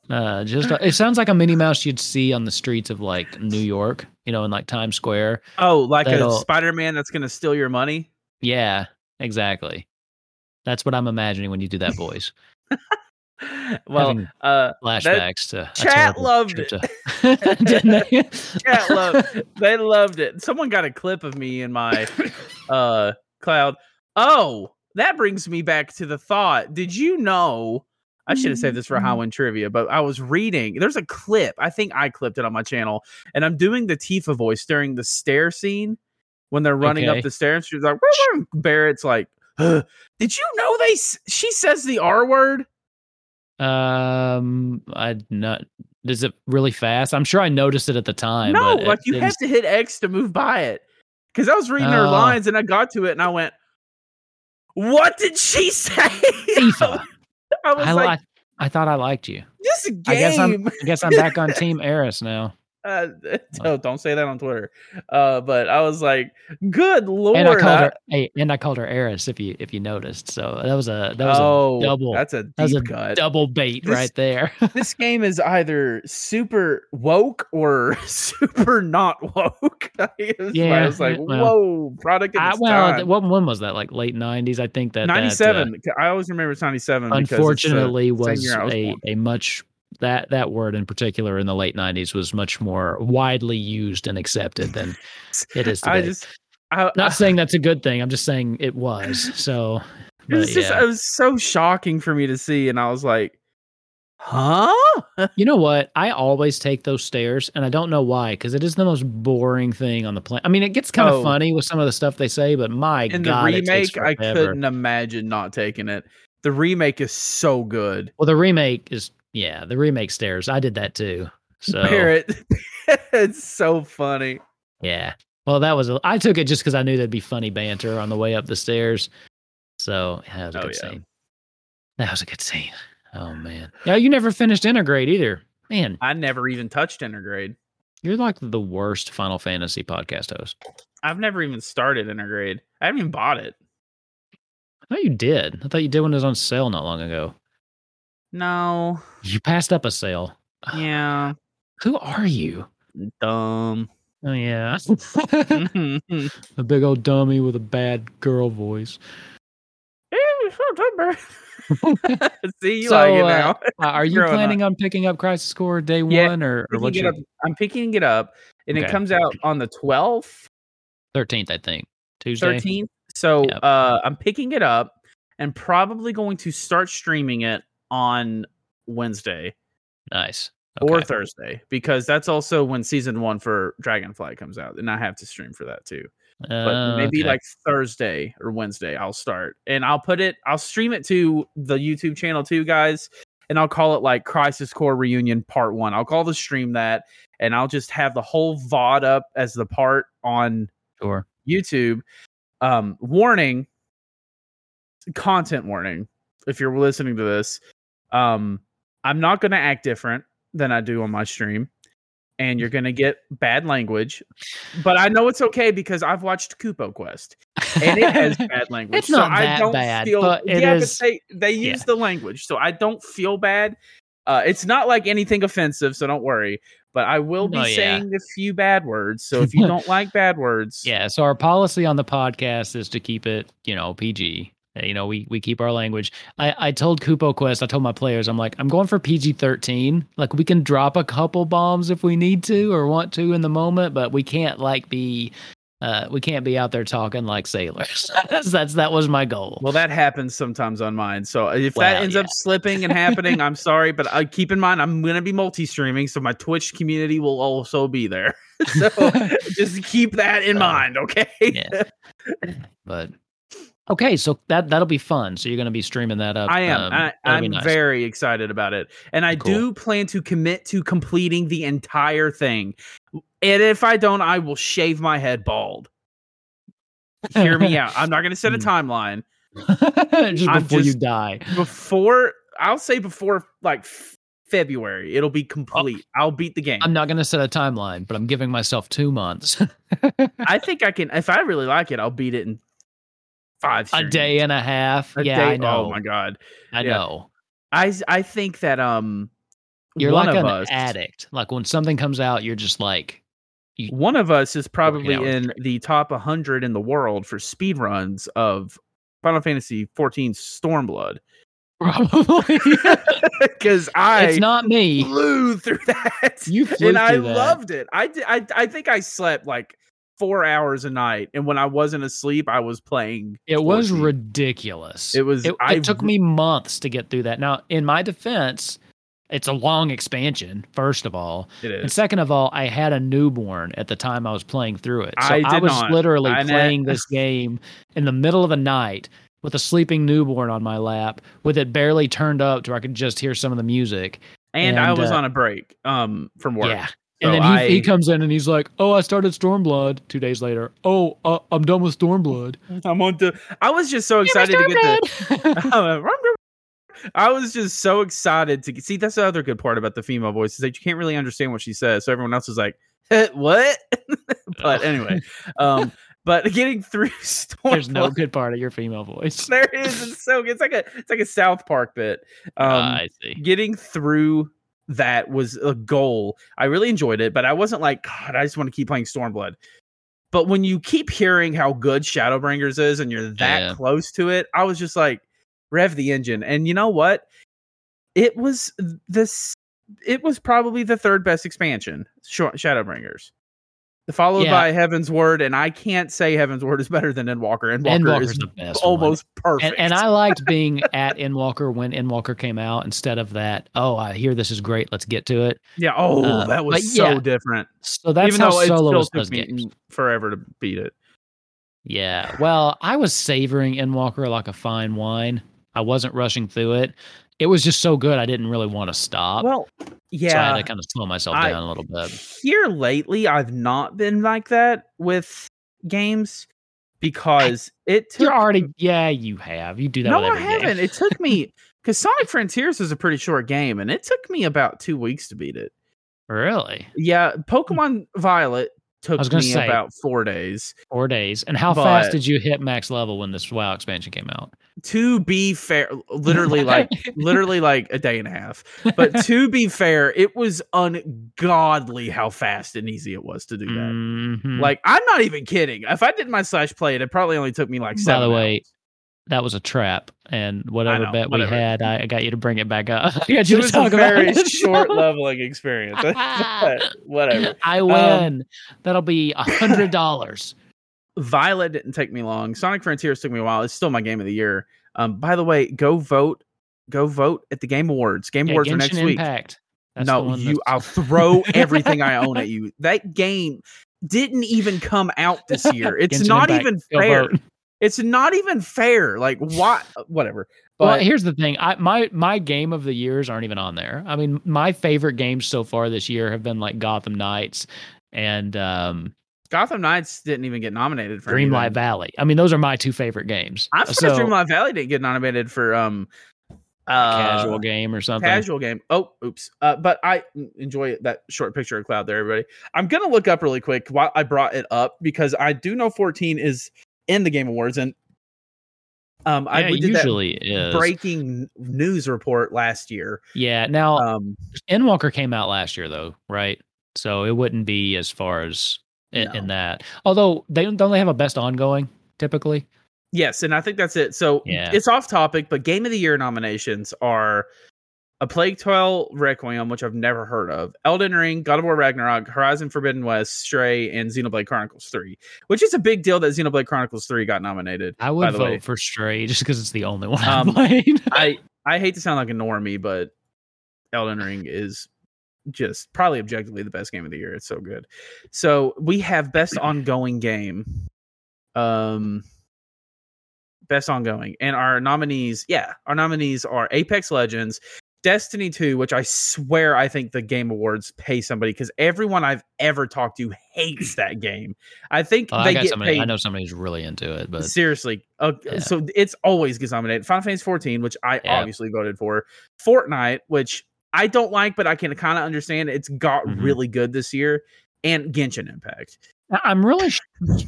Uh, just it sounds like a Minnie Mouse you'd see on the streets of like New York, you know, in like Times Square.
Oh, like
That'll-
a Spider-Man that's gonna steal your money.
Yeah, exactly. That's what I'm imagining when you do that voice.
Well,
Having
uh,
flashbacks to a
chat
terrible
loved
trip
it.
to-
[laughs]
[laughs] didn't they?
Yeah, love. they loved it. Someone got a clip of me in my uh cloud. Oh, that brings me back to the thought. Did you know? I should have saved this for Howin trivia, but I was reading. There's a clip. I think I clipped it on my channel, and I'm doing the Tifa voice during the stair scene when they're running
Okay.
up the stairs. She's like, "Woo, woo." Barrett's like, "Huh, "Did you know they?" s- She says the R word.
Um, I not. Is it really fast? I'm sure I noticed it at the time.
No,
but
like
it
you
didn't
have to hit X to move by it. Because I was reading her
Oh.
lines and I got to it and I went, "What did she [laughs] say?"
FIFA.
I was
I
like,
like. I thought I liked you.
"This
I guess I'm- Oh.
game." [laughs]
I guess I'm back on Team Eris now,
Uh, no, don't say that on Twitter. Uh, but I was like, "Good lord!"
and I called
I-
her. Hey, and I called her Eris. If you if you noticed, so that was a that was
oh,
a double
That's a deep
that was a
cut.
double bait
This-
right there.
[laughs] this game is either super woke or [laughs] super not woke. [laughs] It was like- I
Yeah,
was like,
yeah, well.
"Whoa, product." Of
I,
its
well,
time.
th- what when was that? Like late '90s, I think that that, uh,
97. I always remember it's 97. because it's the
unfortunately,
same
was
year I
a
born.
a much that that word in particular in the late 90s was much more widely used and
[laughs]
accepted than it is today.
I just, I,
Not
I-
saying that's a good thing. I'm just saying it was.
[laughs]
So,
it was
but
just,
yeah.
it was so shocking for me to see, and I was like, huh?
you know what? I always take those stairs, and I don't know why, because it is the most boring thing on the planet. I mean, it gets kind of
Oh.
funny with some of the stuff they say, but my
In
god,
the
it takes
remake, I
forever.
couldn't imagine not taking it. The remake is so good.
Well, the remake is yeah, the remake stairs. I did that too.
[laughs]
So
Parrot, it's so funny.
yeah. Well, that was a, I took it just because I knew there'd be funny banter on the way up the stairs. So yeah, that was a
Oh,
good
yeah.
scene. That was a good scene. Oh man. Yeah, you never finished Integrate either. Man,
I never even touched Intergrade.
you're like the worst Final Fantasy podcast host.
I've never even started Intergrade. I haven't even bought it.
I thought you did. I thought you did when it was on sale not long ago. [sighs]
No.
You passed up a sale.
Yeah.
Who are you? [laughs]
Dumb. [laughs]
Oh yeah.
Hey,
a big old dummy with a bad girl voice.
September.
[laughs]
See you
So,
like it
uh,
now.
Uh, are you
Growing up.
planning on picking up Crisis Core day
Yeah,
one or, or
Picking
what's
it
your
up- I'm picking it up, and it
Okay.
comes out on the 12th,
thirteenth? I think Tuesday.
13th. So
Yep.
uh, I'm picking it up and probably going to start streaming it on Wednesday
Nice.
or
Okay.
Thursday because that's also when season one for Dragonfly comes out, and I have to stream for that too. But
Oh,
maybe
okay.
like Thursday or Wednesday, I'll start and I'll put it, I'll stream it to the YouTube channel too, guys. And I'll call it like Crisis Core Reunion Part One. I'll call the stream that, and I'll just have the whole VOD up as the part on
sure.
YouTube. Um, warning, content warning. If you're listening to this, um, I'm not going to act different than I do on my stream, and you're going to get bad language. But I know it's okay because I've watched Kupo Quest, and it
[laughs]
has bad language.
It's not
I
that
don't
bad,
feel,
but it
yeah,
is-
but they they
yeah.
use the language, so I don't feel bad. Uh, it's not like anything offensive, so don't worry. But I will be
Oh, yeah.
saying a few bad words. So
[laughs]
if you don't like bad words,
yeah. So our policy on the podcast is to keep it, you know, PG. Uh, You know, we we keep our language. I I told Kupo Quest, I told my players, I'm like, I'm going for PG thirteen. Like we can drop a couple bombs if we need to or want to in the moment, but we can't like be. Uh, we can't be out there talking like sailors. [laughs] that's, that's that was my goal.
Well, that happens sometimes on mine. So uh, if that
Well,
ends up
yeah.
slipping and happening, I'm sorry, but I keep in mind I'm going to be multi-streaming, so my Twitch community will also be there. [laughs]
[laughs]
so just keep that in
So,
mind, okay?
yeah. but okay, so that that'll be fun. So you're going to be streaming that
[laughs]
up.
I am.
um,
I,
that'll be
I'm
nice.
very excited about it, and I
Cool.
do plan to commit to completing the entire thing. And if I don't, I will shave my head bald. Hear
[laughs]
me out. I'm not going to set a
Hmm.
timeline.
just
I'm
before you
just-
die.
before I'll say before like f- February, it'll be complete. I'll beat the game.
I'm not going to set a timeline, but I'm giving myself two months,
I think I can if I really like it, I'll beat it in five
a
streams.
day and a half.
A
yeah,
day-
I know.
Oh my god.
I
yeah.
know.
I s- I think that um
You're
one
like
of
an
us
addict. Like when something comes out, you're just like,
[laughs] one of us is probably
hours
in the top 100 in the world for speedruns of Final Fantasy 14
[laughs]
Stormblood [laughs]
probably.
cuz I
it's not me.
flew through that.
You
[laughs] and
flew
I
through that.
loved it. I, di- I I think I slept like four hours a night, and when I wasn't asleep, I was playing.
It was
14.
ridiculous.
It was-
It,
I
it took
re-
me months to get through that. Now, in my defense, it's a long expansion. First of all,
It
and
is.
second of all, I had a newborn at the time I was playing through it. So
I
I,
did
was
not.
literally
I know. [laughs]
playing this game in the middle of the night with a sleeping newborn on my lap, with it barely turned up to where I could just hear some of the music.
And, I
and,
was
uh,
on a break um from work.
Yeah.
So
and then he, he
I-
comes in and he's like, "Oh, I started Stormblood." Two days later, "Oh, uh, I'm done with Stormblood."
[laughs] I'm on the. I was just so excited to get the. [laughs] I was just so excited to see. That's the other good part about the female voice is that you can't really understand what she says. So everyone else is like, "Eh, "What?" [laughs] but
[laughs]
anyway, um, but getting through [laughs] Stormblood,
There's no good part of your female voice.
there it is. It's so good. It's like a it's like a South Park bit. Um,
I see.
getting through that was a goal. I really enjoyed it, but I wasn't like, God, I just want to keep playing Stormblood. But when you keep hearing how good Shadowbringers is and you're that
Yeah.
close to it, I was just like, rev the engine. And you know what? It was this it was probably the third best expansion, Sh- Shadowbringers. Followed
Yeah.
by Heaven's Word, and I can't say Heaven's Word is better than Endwalker. Endwalker,
Endwalker's
is
the best. one.
almost perfect.
And, and I liked being at Endwalker when Endwalker came out instead of that. Oh, I hear this is great. Let's get to it.
yeah, oh,
uh,
that was
but
so
yeah,
different.
So that's
Even
how
though it
solo
still
was
took
supposed
me
to be.
forever to beat it.
Yeah. Well, I was savoring Endwalker like a fine wine. I wasn't rushing through it. It was just so good. I didn't really want to stop.
Well,
Uh, So I
yeah,
had to kind of slow myself
I-
down a little bit.
here lately I've not been like that with games because it took
You're already, yeah, you have. You do that.
No,
with
I
every game.
haven't. It took
[laughs]
me because Sonic Frontiers is a pretty short game, and it took me about two weeks to beat it.
Really?
Yeah, Pokemon Violet took
Hmm. was
me
gonna say-
about four days.
Four days. And how fast
But-
did you hit max level when this WoW expansion came out?
To be fair, literally
[laughs]
like literally like a day and a half. But to be fair, it was ungodly how fast and easy it was to do that.
Mhm.
Like I'm not even kidding. If I did my slash play, it, it probably only took me like
By
seven.
the way,
hours.
that was a trap. And whatever
know,
bet
whatever.
we had, I, I got you to bring it back up. [laughs] I got
it
you to
was a
talk about
very
it. [laughs]
short leveling experience. [laughs] But
[laughs]
Whatever.
I win. That'll be a hundred dollars.
Violet didn't take me long. Sonic Frontiers took me a while. It's still my game of the year. Um, by the way, go vote. Go vote at the Game Awards. [laughs] Game
Yeah,
Awards are
Genshin
next week.
Impact. That's the
no,
one
you.
that's- [laughs]
I'll throw everything I own at you. That game didn't even come out this
[laughs]
year. It's
Genshin
not
Impact,
even
go
fair.
vote.
It's not even fair. Like what? Whatever.
[laughs] well,
But
here's the thing. I my my game of the years aren't even on there. I mean, my favorite games so far this year have been like Gotham Knights and um,
Gotham Knights didn't even get nominated for anything.
Dreamlight Valley. I mean, those are my two favorite games.
I'm surprised Dreamlight Valley didn't get nominated for um uh,
casual game or something.
casual game. Oh, oops. Uh, but I enjoy that short picture of Cloud there, everybody. I'm gonna look up really quick while I brought it up because I do know 14 is in the Game Awards and um I
Yeah,
we
it
did
usually
that
is.
breaking news report last year.
Yeah. Now,
Um
Endwalker came out last year though, right? So it wouldn't be as far as in, in that. Although they don't they have a best ongoing typically.
yes, and I think that's it. So
Yeah.
it's off topic, but Game of the Year nominations are. A Plague Tale Requiem, which I've never heard of, Elden Ring, God of War Ragnarok, Horizon Forbidden West, Stray, and Xenoblade Chronicles 3, which is a big deal that Xenoblade Chronicles 3 got nominated.
I
By
would
the
vote
way-
for Stray [laughs] just because it's the only one
Um,
I played. [laughs]
I I hate to sound like a normie, but Elden Ring is just probably objectively the best game of the year. It's so good. So we have best ongoing game, um, best ongoing, and our nominees. Yeah, our nominees are Apex Legends, Destiny Two, which I swear I think the Game Awards pay somebody because everyone I've ever talked to hates that game. I think
Oh,
they
I got
get
somebody.
paid
I know somebody who's really into it, but
Seriously. Uh,
Yeah.
So it's always gets nominated. Final Fantasy 14, which I
Yeah.
obviously voted for. Fortnite, which I don't like, but I can kind of understand. It's got
Mhm.
really good this year. And Genshin Impact.
I- I'm really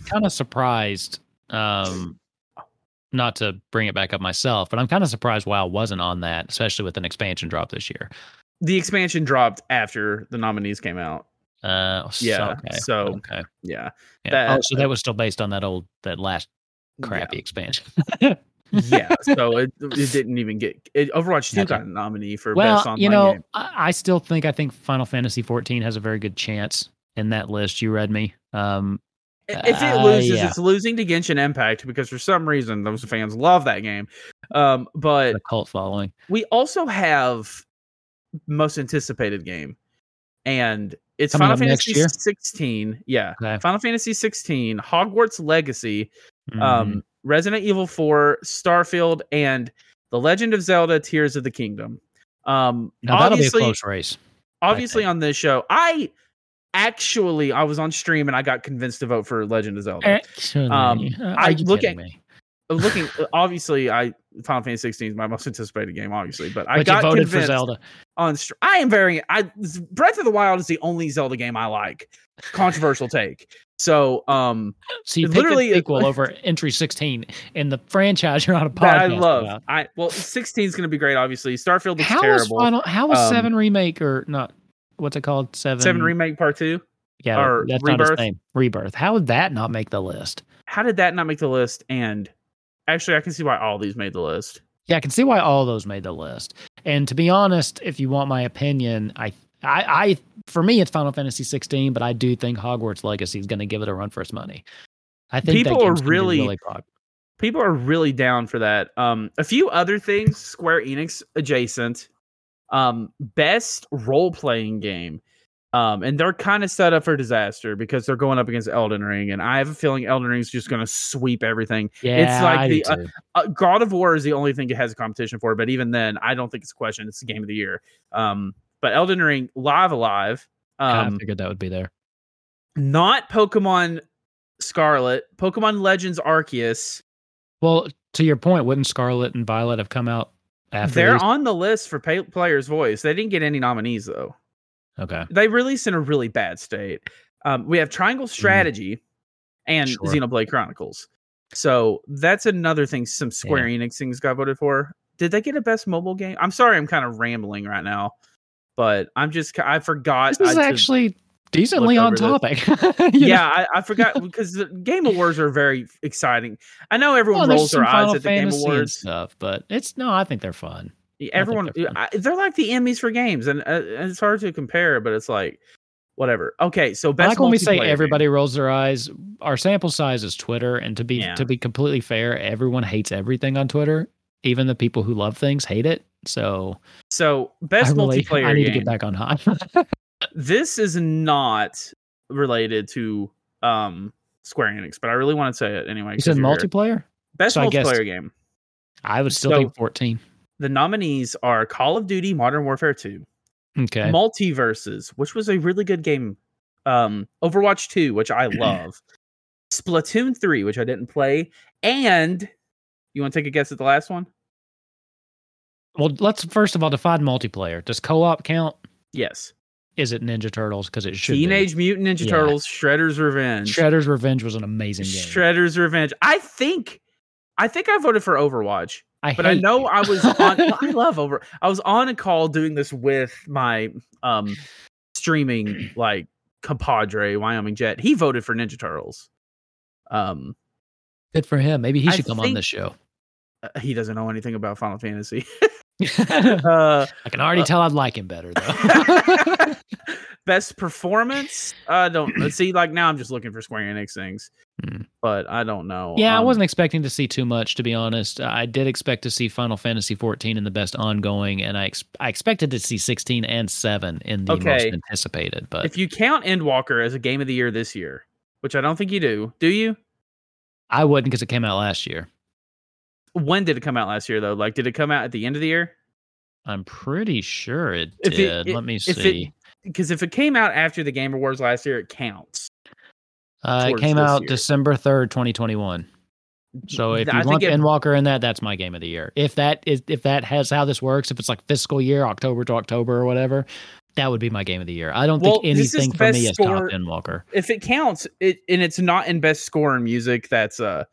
kind of surprised. Um, not to bring it back up myself, but I'm kind of surprised WoW wasn't on that, especially with an expansion drop this year.
The expansion dropped after the nominees came out.
Uh, so-
Yeah,
okay,
so
okay,
Yeah.
yeah.
that-
oh, so that was still based on that old that last crappy expansion.
Yeah. yeah. So it,
[laughs]
it didn't even get it, Overwatch 2 got
Gotcha.
a nominee for best
well,
online
you know,
game.
I, I still think I think Final Fantasy 14 has a very good chance in that list. You read me. Um,
I- If it
uh,
loses,
yeah.
it's losing to Genshin Impact because for some reason those fans love that game. Um, but
the cult following.
we also have most anticipated game and it's
Coming
final
up next
fantasy
year?
16 yeah
Okay.
final fantasy 16 hogwarts legacy
Mhm.
um resident evil 4 starfield and the legend of zelda tears of the kingdom um
now that'll be a
obviously
close race.
obviously
think.
on this show i actually i was on stream and i got convinced to vote for legend of zelda
Eh. Actually,
Eh, um, I
are you
look
kidding
at-
me?
looking obviously i final fantasy 16 is my most anticipated game obviously but i
But
got
you voted for
convinced
Zelda.
on str- I am very I Breath of the Wild is the only Zelda game I like. Controversial take. So um
So you
It literally
literally
is-
picked the
[laughs]
sequel over entry 16 in the franchise you're on a podcast.
that I love.
about.
I well 16 is going to be great obviously. Starfield is
How was
terrible.
final? How was
Um,
seven remake or not? What's it called? Seven.
7 remake part 2.
Yeah, that-
or
that's not
Rebirth?
his name. Rebirth. How would that not make the list?
How did that not make the list and actually I can see why all these made the list.
Yeah, I can see why all those made the list. And to be honest, if you want my opinion, I, I, I for me, it's Final Fantasy 16, but I do think Hogwarts Legacy is going to give it a run for its money. I think that
People are
game's gonna be
really-
really popular.
People are really down for that. Um, a few other things Square Enix adjacent. Um, best role playing game. Um, and they're kind of set up for disaster because they're going up against Elden Ring, and I have a feeling Elden Ring's just going to sweep everything.
Yeah,
like
I do
the, uh,
too.
Uh, God of War is the only thing it has a competition for, but even then, I don't think it's a question. It's the game of the year. Um, but Elden Ring Live Alive.
Kinda
Um,
figured that would be there.
not Pokemon Scarlet, Pokemon Legends Arceus.
Well, to your point, wouldn't Scarlet and Violet have come out after?
They're
these?
on the list for pay- Player's Voice. They didn't get any nominees though.
okay.
They released in a really bad state. Um, we have Triangle Strategy and
Mm-hmm. Sure.
Xenoblade Chronicles. So that's another thing. Some Square Enix things got voted for. Did they get a best mobile game? I'm sorry, I'm kind of rambling right now, but I'm just I forgot.
This is
I took-
actually decently
look
on
over
topic. [laughs] You know?
yeah, I, I
[laughs]
forgot because the Game Awards are very exciting. I know everyone
Well, Oh, there's
rolls their
some
eyes
Final
at the Game
Fantasy and
Awards.
stuff, but it's no, I think they're fun.
Yeah, E, everyone
they're fun.
I, they're like the Emmys for games and, uh, and it's hard to compare but it's like whatever okay so
I
best
like when we say
multiplayer game.
everybody rolls their eyes. Our sample size is Twitter, and to be
Yeah.
to be completely fair, everyone hates everything on Twitter. Even the people who love things hate it. So
so best
I really, [laughs]
multiplayer
I need
game.
to
[laughs]
get back on high.
this is not related to um Square Enix but I really want to say it anyway
you said
'cause you're here.
multiplayer?
best
so I guessed-
multiplayer game
I would still
So-
think fourteen.
the nominees are Call of Duty Modern Warfare 2
Okay.
Multiverses which was a really good game um Overwatch 2 which
[clears throat]
I love Splatoon 3 which I didn't play and you want to take a guess at the last one
Well, let's first of all define multiplayer. Does co-op count?
Yes.
Is it Ninja Turtles? Because it should. be.
Teenage Mutant Ninja
Yeah.
Turtles, Shredder's Revenge.
Shredder's Revenge was an amazing game.
Shredder's Revenge. I think I think I voted for Overwatch,
I
but I
hate
know
you.
I was
[laughs]
on I love over I was on a call doing this with my um streaming like compadre, Wyoming Jet. He voted for Ninja Turtles. Um
Good for him. Maybe he
I
should come on
think-
this show.
[laughs]
[laughs]
uh, he doesn't know anything about Final Fantasy. [laughs]
I
Uh [laughs]
can already
Uh,
tell I'd like him better
[laughs]
though.
best performance. I don't let's see like now I'm just looking for Square Enix things.
Hmm.
But I don't know.
yeah, I
Um,
wasn't expecting to see too much to be honest. I did expect to see Final Fantasy 14 in the best ongoing and I ex- I expected to see 16 and 7 in the
Okay.
most anticipated, but
if you count Endwalker as a game of the year this year, which I don't think you do, do you?
I wouldn't cuz it came out last year.
When did it come out last year though? Like, did it come out at the end of the year?
I'm pretty sure it
If it-
did.
it-
Let me
if it-
see.
Because if it came out after the Game Awards last year, it counts.
uh, it
towards
came
this
out
year.
December 3rd, 2021. So if
I
you
think
want
it-
Endwalker in that, that's my game of the year. If that is if that has how this works, if it's like fiscal year, October to October or whatever, that would be my game of the year. I don't
Well,
think
this is
anything
the
for
best
me is top
score-
Endwalker.
If it counts, it and it's not in best score in music, that's a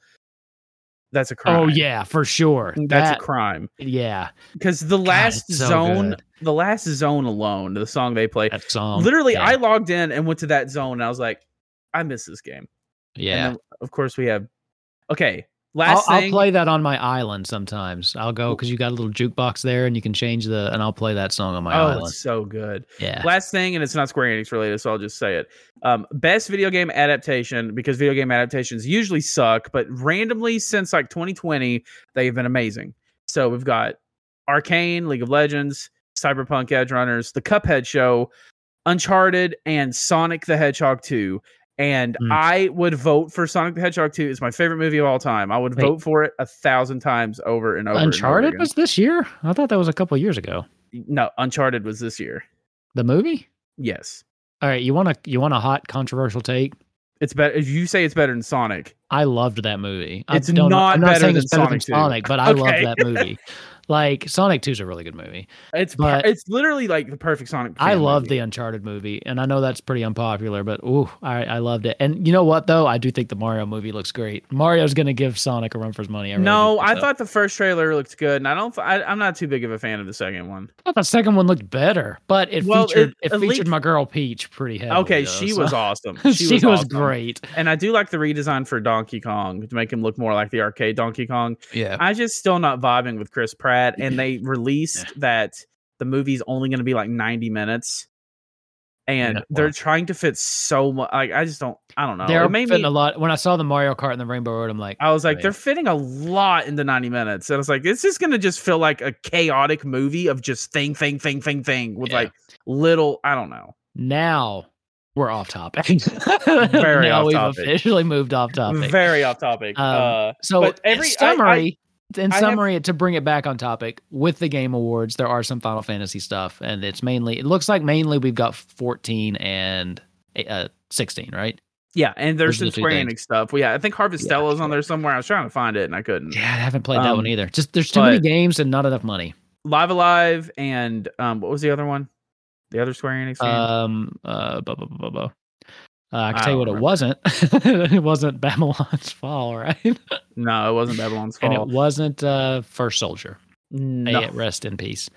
that's a crime.
Oh yeah, for sure.
that's
that
a crime.
yeah,
Because the last
it's so
zone,
good.
the last zone alone, the song they play.
that song.
literally,
yeah,
I logged in and went to that zone, and I was like, I miss this game.
yeah.
And then, of course, we have. Okay,
I'll,
last
I'll
thing.
play that on my island sometimes. I'll go because you got a little jukebox there, and you can change the and I'll play that song on my
oh,
island.
it's so good.
Yeah,
[laughs] Last thing, and it's not Square Enix related, so I'll just say it. Um, best video game adaptation because video game adaptations usually suck, but randomly since like 2020, they've been amazing. So we've got Arcane, League of Legends, Cyberpunk Edge Runners, The Cuphead Show, Uncharted, and Sonic the Hedgehog 2. And
Mm.
I would vote for Sonic the Hedgehog 2. It's my favorite movie of all time. I would
Wait.
vote for it a thousand times over and over. and over
Uncharted
again.
was this year. I thought that was a couple years ago.
no Uncharted was this year.
The movie.
Yes.
All right, you want a you want a hot controversial take?
It's better if you say it's better than Sonic.
I loved that movie.
It's
I don't,
not
I'm not
better
saying
than
it's better
Sonic 2.
than Sonic, but
[laughs]
I
Okay.
love that movie. like Sonic 2 is a really good movie.
It's per-
But-
it's literally like the perfect Sonic.
I
fan
love
movie.
the Uncharted movie, and I know that's pretty unpopular, but ooh, I, I loved it. And you know what though? I do think the Mario movie looks great. Mario's gonna give Sonic a run for his money. I really
no,
do think
I
so.
thought the first trailer looked good, and I don't. I, I'm not too big of a fan of the second one.
I thought the second one looked better, but it
Well,
featured
it-
it,
at
featured
least-
my girl Peach pretty heavily.
okay,
though, [laughs]
she
so-
was awesome.
she was
awesome.
great.
and I do like the redesign for Donkey Donkey Kong to make him look more like the arcade Donkey Kong.
Yeah.
I just still not vibing with Chris Pratt, and
[laughs]
they released that the movie's only going to be like 90 minutes, and
Yeah,
they're
well.
trying to fit so much. Like I just don't, I don't know.
They're
it made
fitting
me.
a lot. When I saw the Mario Kart and the Rainbow Road, I'm like,
I was like,
Right.
they're fitting a lot into 90 minutes, and I was like, this is going to just feel like a chaotic movie of just thing, thing, thing, thing, thing with
Yeah.
like little. I don't know.
now we're off topic.
[laughs]
[laughs]
Very
now
off
we've
topic.
officially moved off topic.
Very off topic.
Um,
uh,
so
but
in
every- I-
summary, in
I have-
summary, to bring it back on topic with the game awards, there are some Final Fantasy stuff, and it's mainly it looks like mainly we've got 14 and uh, 16, right?
yeah, and there's some
those are the two
Square
things.
Enix stuff. Well, yeah, I think Harvest
Yeah,
Stella's
sure.
on there somewhere. I was trying to find it and I couldn't.
Yeah, I haven't played that
Um,
one either. Just there's too many
but-
games and not enough money.
Live Alive and um, what was the other one? The other Square Enix game.
Um, uh, bu- bu- bu- bu- bu. Uh, I can
I
tell you
don't
what it
remember.
wasn't. [laughs] it wasn't Babylon's [laughs] Fall, right?
no, it wasn't Babylon's
And it
Fall.
wasn't uh, First Soldier. May
No.
it rest in peace.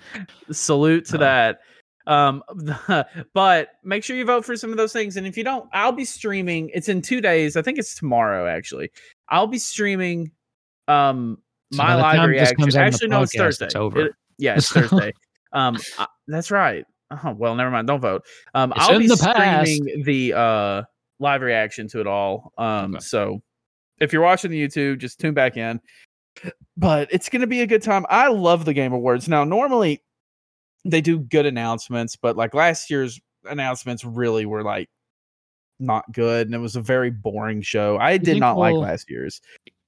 Salute to
Um,
that. Um, [laughs] but make sure you vote for some of those things. And if you don't, I'll be streaming. It's in two days. I think it's tomorrow, actually. I'll be streaming. Um,
So
my
by the time
live
this comes
reaction.
out on the
Actually, no, it's
podcast,
Thursday.
it's over.
It- yeah,
[laughs]
it's
So-
Thursday. Um, I- that's right. Oh, well, never mind. Don't vote. Um,
It's
I'll
in
be
the past.
streaming the uh live reaction to it all. Um,
Okay.
so if you're watching the YouTube, just tune back in. But it's gonna be a good time. I love the Game Awards. Now, normally they do good announcements, but like last year's announcements really were like not good, and it was a very boring show. I did
think
not
we'll-
like last year's.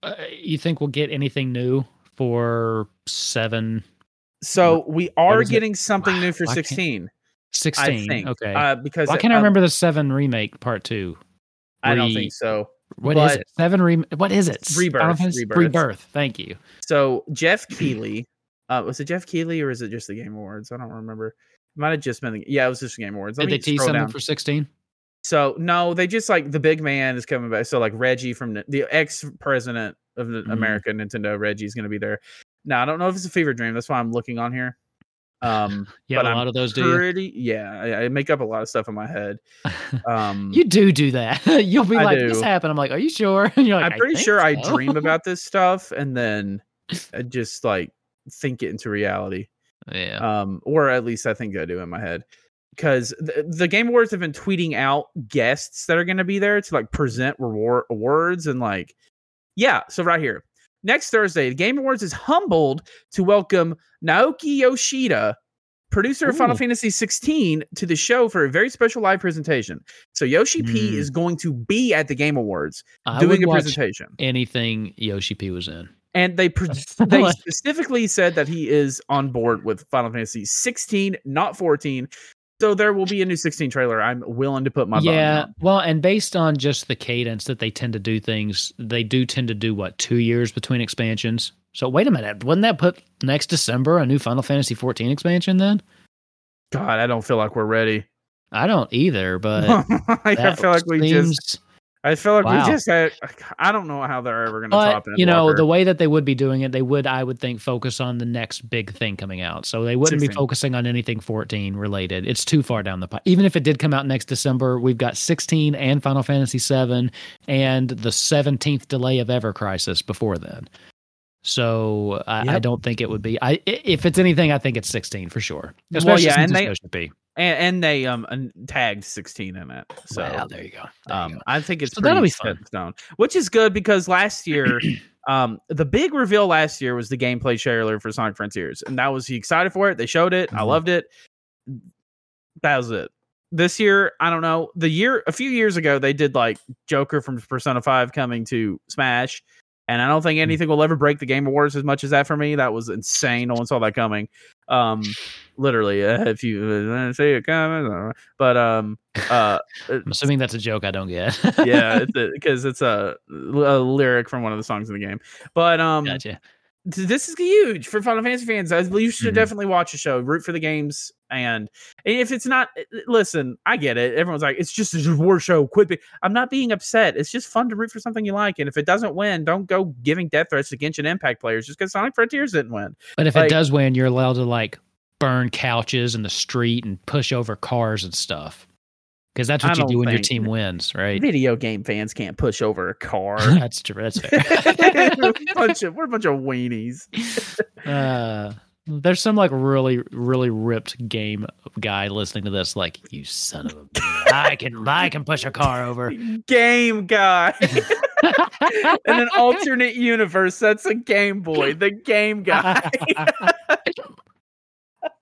Uh, you think we'll get anything new for seven,
So we are
was it?
getting something new for
Why can't-
16.
16?
think,
Okay.
Uh, because
Why can't I
um,
remember the seven remake part two?
I don't
re-
think so.
What is
but-
it? Seven rem. What is it?
Rebirth,
Final Fantasy-
Rebirth.
Rebirth. Thank you.
So
[clears throat]
Jeff Keeley, uh, was it Jeff Keeley or is it just the Game Awards? I don't remember. It might have just been. The, yeah, it was just the Game Awards. Let
Did
me
they tease
scroll
something
down.
for sixteen?
So no, they just like the big man is coming back. So like Reggie from the- the ex president of the
Mhm.
America Nintendo, Reggie's going to be there. Now I don't know if it's a fever dream. That's why I'm looking on here. Um,
Yeah,
But
a
I'm
lot of [laughs] those do.
pretty. Yeah, I, I make up a lot of stuff in my
[laughs]
head.
You?
Um,
you do do that. [laughs] You'll be
I
like, "This
do.
happened." I'm like, "Are you sure?" [laughs] And you're like,
I'm pretty
think
sure I
so."
dream about this stuff and then I just like think it into reality.
[laughs] yeah.
um, or at least I think I do in my head. Because the, the Game Awards have been tweeting out guests that are going to be there to like present reward awards and like, yeah. So right here, next Thursday, the Game Awards is humbled to welcome Naoki Yoshida, producer of Final
Ooh.
Fantasy 16, to the show for a very special live presentation. So Yoshi P
Mm.
is going to be at the Game Awards
I
Uh, doing
would
a
watch
presentation,
anything Yoshi P
[laughs]
was in. [laughs]
and they pre- they specifically said that he is on board with Final Fantasy 16, not 14. So there will be a new 16 trailer. I'm willing to put my
yeah.
yeah.
Well, and based on just the cadence that they tend to do things, they do tend to do what two years between expansions. So wait a minute, wouldn't that put next December a new Final Fantasy 14 expansion? Then
God, I don't feel like we're ready.
I don't either, but
[laughs] Like, I
that
feel like we
seems-
just. I feel like
Wow.
we just. I, I don't know how they're ever going to
But
top it.
you know the
Walker.
way that they would be doing it, they would, I would think, focus on the next big thing coming out. So they wouldn't be
16.
focusing on anything 14 related. It's too far down the pipe. Even if it did come out next December, we've got 16 and Final Fantasy 7 and the 17th delay of Ever Crisis before then. So I, I
Yep.
don't think it would be. I i- if it's anything, I think it's 16 for sure.
Well,
Especially
yeah,
since
and
it's
they-
supposed to be.
and, and they um un- tagged 16 in it. So
Well, there you go. There you
um,
go.
I think it's
So that'll
pretty
be
set
fun.
in stone, which is good because last
[clears throat]
year, um, the big reveal last year was the gameplay trailer for Sonic Frontiers, and that was he excited for it. They showed it, I
Mhm.
loved it. That was it. This year, I don't know. The year a few years ago, they did like Joker from Persona Five coming to Smash, and I don't
Mm.
think anything will ever break the Game Awards as much as that for me. That was insane. No one saw that coming. Um, literally, uh, if you uh, didn't see it coming, uh, but um, uh,
I'm assuming that's a joke I don't get.
yeah, because it's a, a lyric from one of the songs in the game. But um,
[laughs] gotcha.
th- this is huge for Final Fantasy fans. I, you should
Mhm.
definitely watch the show, root for the games, and if it's not, eh, listen, I get it. Everyone's like, it's just a war show. Quit. Be-. I'm not being upset. It's just fun to root for something you like, and if it doesn't win, don't go giving death threats to Genshin Impact players just because Sonic Frontiers didn't win.
But if it
Like-
does win, you're allowed to like burn couches in the street and push over cars and stuff. because that's
I
what you
don't
do when your
think-
team
[laughs]
wins, right?
Video game fans can't push over a
[laughs]
car. [laughs]
that's true. That's fair. [laughs]
bunch of, we're a bunch of weenies.
uh, there's some like really really ripped game guy listening to this, like you son of a. bitch. I can I can push a
[laughs]
car over.
Game
[laughs]
guy. In an alternate universe, that's a Game Boy. The Game Guy. [laughs]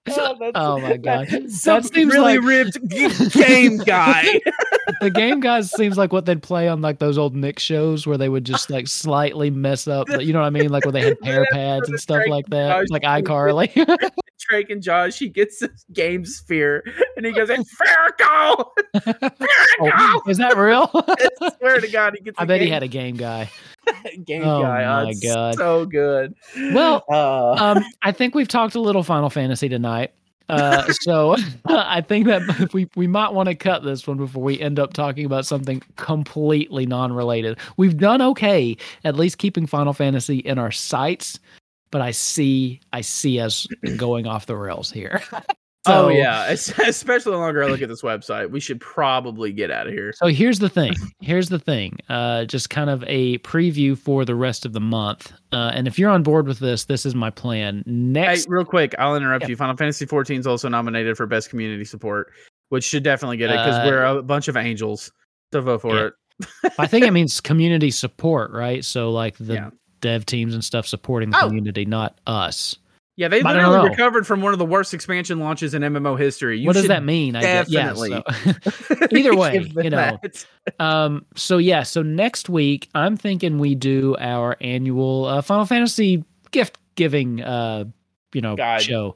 Oh, that's-
[laughs] Oh my God.
Some
That seems
really
like- [laughs]
ripped g- Game Guy. [laughs]
the game guys seems like what they'd play on like those old Nick shows where they would just like slightly mess up. You know what I mean? Like where they had hair pads and stuff like that. It's like iCarly. [laughs]
Drake and Josh, he gets this game sphere and he goes, It's
[laughs]
Farrakhan! Farrakhan!
Is that real? [laughs]
I swear to God, he gets
Oh. I
a
bet he
game-
had a game guy.
Game
Oh
Guy. Oh,
my
it's
God.
So good.
Well,
uh,
Um, I think we've talked a little Final Fantasy tonight. Uh, so [laughs] I think that [laughs] we we might want to cut this one before we end up talking about something completely non-related. We've done okay, at least keeping Final Fantasy in our sights, but I see I see us [clears throat] going off the rails here. [laughs]
oh yeah, [laughs] Es- especially the longer I look at this website, we should probably get out of here.
So here's the thing. Here's the thing. Uh, just kind of a preview for the rest of the month. Uh, and if you're on board with this, this is my plan.
Hey,
Next,
real quick, I'll interrupt
Yeah.
you. Final Fantasy 14 is also nominated for best community support, which should definitely get it because
Uh,
we're a bunch of angels to vote for
Yeah.
it.
I think it means community support, right? So like the
Yeah.
dev teams and stuff supporting the
Oh.
community, not us.
Yeah, they
I don't
literally
know.
recovered from one of the worst expansion launches in MMO history. You
what does
should
that mean? guess- yeah,
definitely.
so-
[laughs]
[laughs] Either way,
give them
you know.
that.
um. So yeah. So next week, I'm thinking we do our annual uh, Final Fantasy gift giving. Uh, you know,
Guide.
show.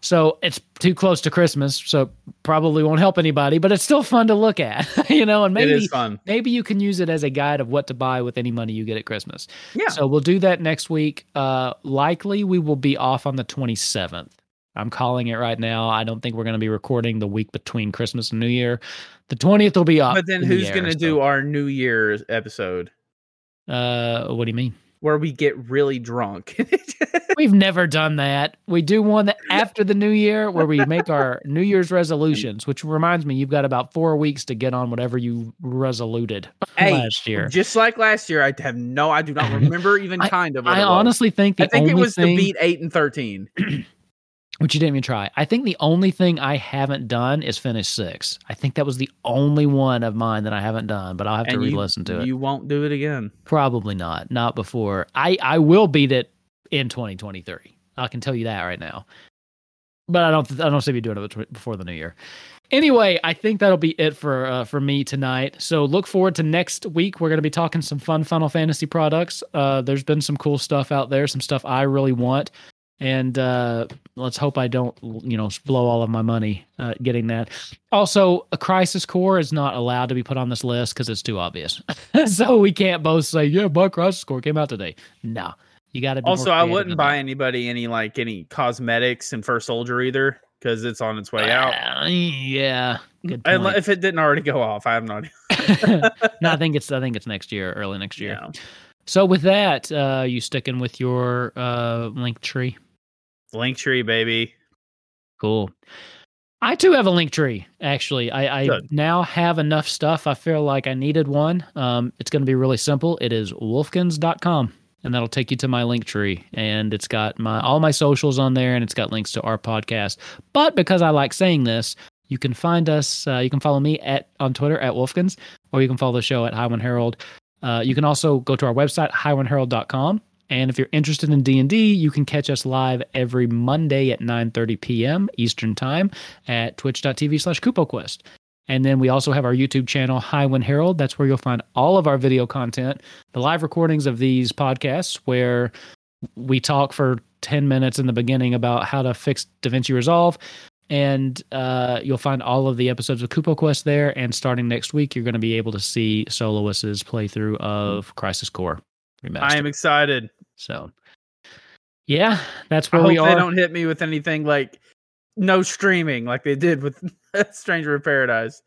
So it's too close to Christmas, so probably won't help anybody. But it's still fun to look at, [laughs] you know. And
it is
maybe
fun.
maybe you can use it as a guide of what to buy with any money you get at Christmas.
Yeah.
So we'll do that next week. Uh, likely we will be off on the 27th. I'm calling it right now. I don't think we're going to be recording the week between Christmas and New Year. The 20th will be off.
But then
in the
who's
air,
going to
so-
do our New Year's episode
Uh, what do you mean? [laughs]
where we get really drunk? [laughs]
We've never done that. We do one that after the New Year where we make our New Year's resolutions, which reminds me, you've got about four weeks to get on whatever you resoluted
Hey,
last year.
Just like last year, I have no, I do not
[laughs]
remember even
I-
kind of. What
I
it was.
honestly think the
I think
only
it was
thing,
to beat eight and thirteen.
Which you didn't even try. I think the only thing I haven't done is finish six. I think that was the only one of mine that I haven't done, but I'll have to
And you-
re-listen to it.
You won't do it again.
Probably not. Not before I. I will beat it in 2023. I can tell you that right now. But I don't. I don't see me doing it betw- before the new year. Anyway, I think that'll be it for uh, for me tonight. So look forward to next week. We're going to be talking some fun Final Fantasy products. Uh, there's been some cool stuff out there. Some stuff I really want. And uh, let's hope I don't, you know, blow all of my money uh, getting that. Also, a Crisis Core is not allowed to be put on this list because it's too obvious. [laughs] so we can't both say, "Yeah, my Crisis Core came out today." No, you got to.
Also, I wouldn't buy anybody any like any cosmetics and first soldier either because it's on its way out.
yeah, good
And
point.
if it didn't already go off, I have not.
[laughs] no, I think it's I think it's next year, early next year.
Yeah.
So with that, uh, you sticking with your uh, link tree?
Link tree, baby.
Cool. I too have a link tree. Actually, I, I
Good.
now have enough stuff. I feel like I needed one. Um, it's going to be really simple. It is wolfkins.com, and that'll take you to my link tree. And it's got my all my socials on there, and it's got links to our podcast. But because I like saying this, you can find us. Uh, you can follow me at on Twitter at wolfkins, or you can follow the show at High One Herald. Uh, you can also go to our website highoneherald.com. And if you're interested in D&D, you can catch us live every Monday at 9.30 p.m. Eastern Time at twitch.tv slash KupoQuest. And then we also have our YouTube channel, High Wind Herald. That's where you'll find all of our video content, the live recordings of these podcasts where we talk for 10 minutes in the beginning about how to fix DaVinci Resolve. And uh, you'll find all of the episodes of Kupo Quest there. And starting next week, you're going to be able to see Soloist's playthrough of Crisis Core Remastered.
I am excited.
So, yeah, that's
I
where
hope
we
they
are.
don't hit me with anything like no streaming like they did with [laughs] Stranger of Paradise.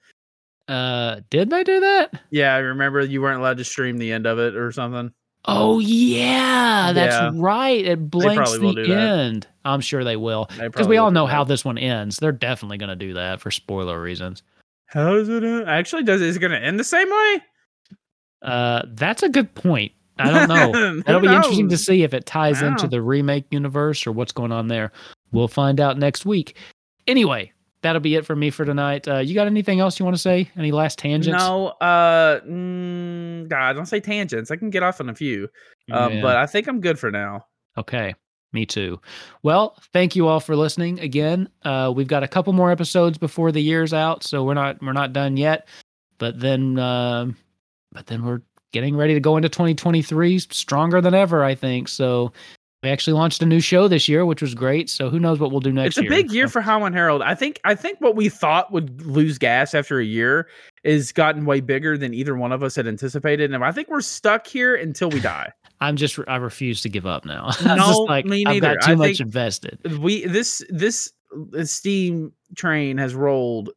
Uh, did they do that?
Yeah, I remember you weren't allowed to stream the end of it or something.
Oh yeah, that's
Yeah.
right. It blanks
probably will
the
do that.
end. I'm sure they will
They
because we
probably
all
will
know
do
how
that.
this one ends. They're definitely going to do that for spoiler reasons.
How is it? uh, Actually, does is it going to end the same way?
Uh, that's a good point. I don't
[laughs]
know. It'll be interesting to
knows?
see if it ties into
Wow.
the remake universe or what's going on there. We'll find out next week. Anyway, that'll be it for me for tonight. Uh, you got anything else you want to say? Any last tangents?
No, uh, mm, God, don't say tangents. I can get off on a few, um,
Yeah.
but I think I'm good for now.
Okay. Me too. Well, thank you all for listening again. Uh, we've got a couple more episodes before the year's out, so we're not we're not done yet. But then, um, but then we're getting ready to go into 2023 stronger than ever. I think so. We actually launched a new show this year, which was great. So who knows what we'll do
it's
next
a
year?
big year
So-
for Howland Herald. I think I think what we thought would lose gas after a year is gotten way bigger than either one of us had anticipated, and I think we're stuck here until we
[laughs]
die.
I'm just I refuse to give up now. [laughs] I'm just
No,
like
me
I've got
neither.
too
I
much
think-
invested.
we this this steam train has rolled.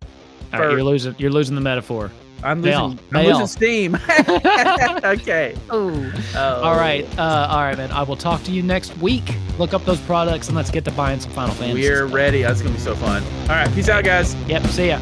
All right,
for-
you're losing you're losing the metaphor.
I'm
Bail.
losing. I'm
Bail.
losing
[laughs]
steam. [laughs] okay.
Oh.
Oh.
All right, uh, all right, man. I will talk to you next week. Look up those products and let's get to buying some Final Fantasy.
Oh, We're ready. That's gonna be so fun. All right. Peace out, guys.
Yep. See ya.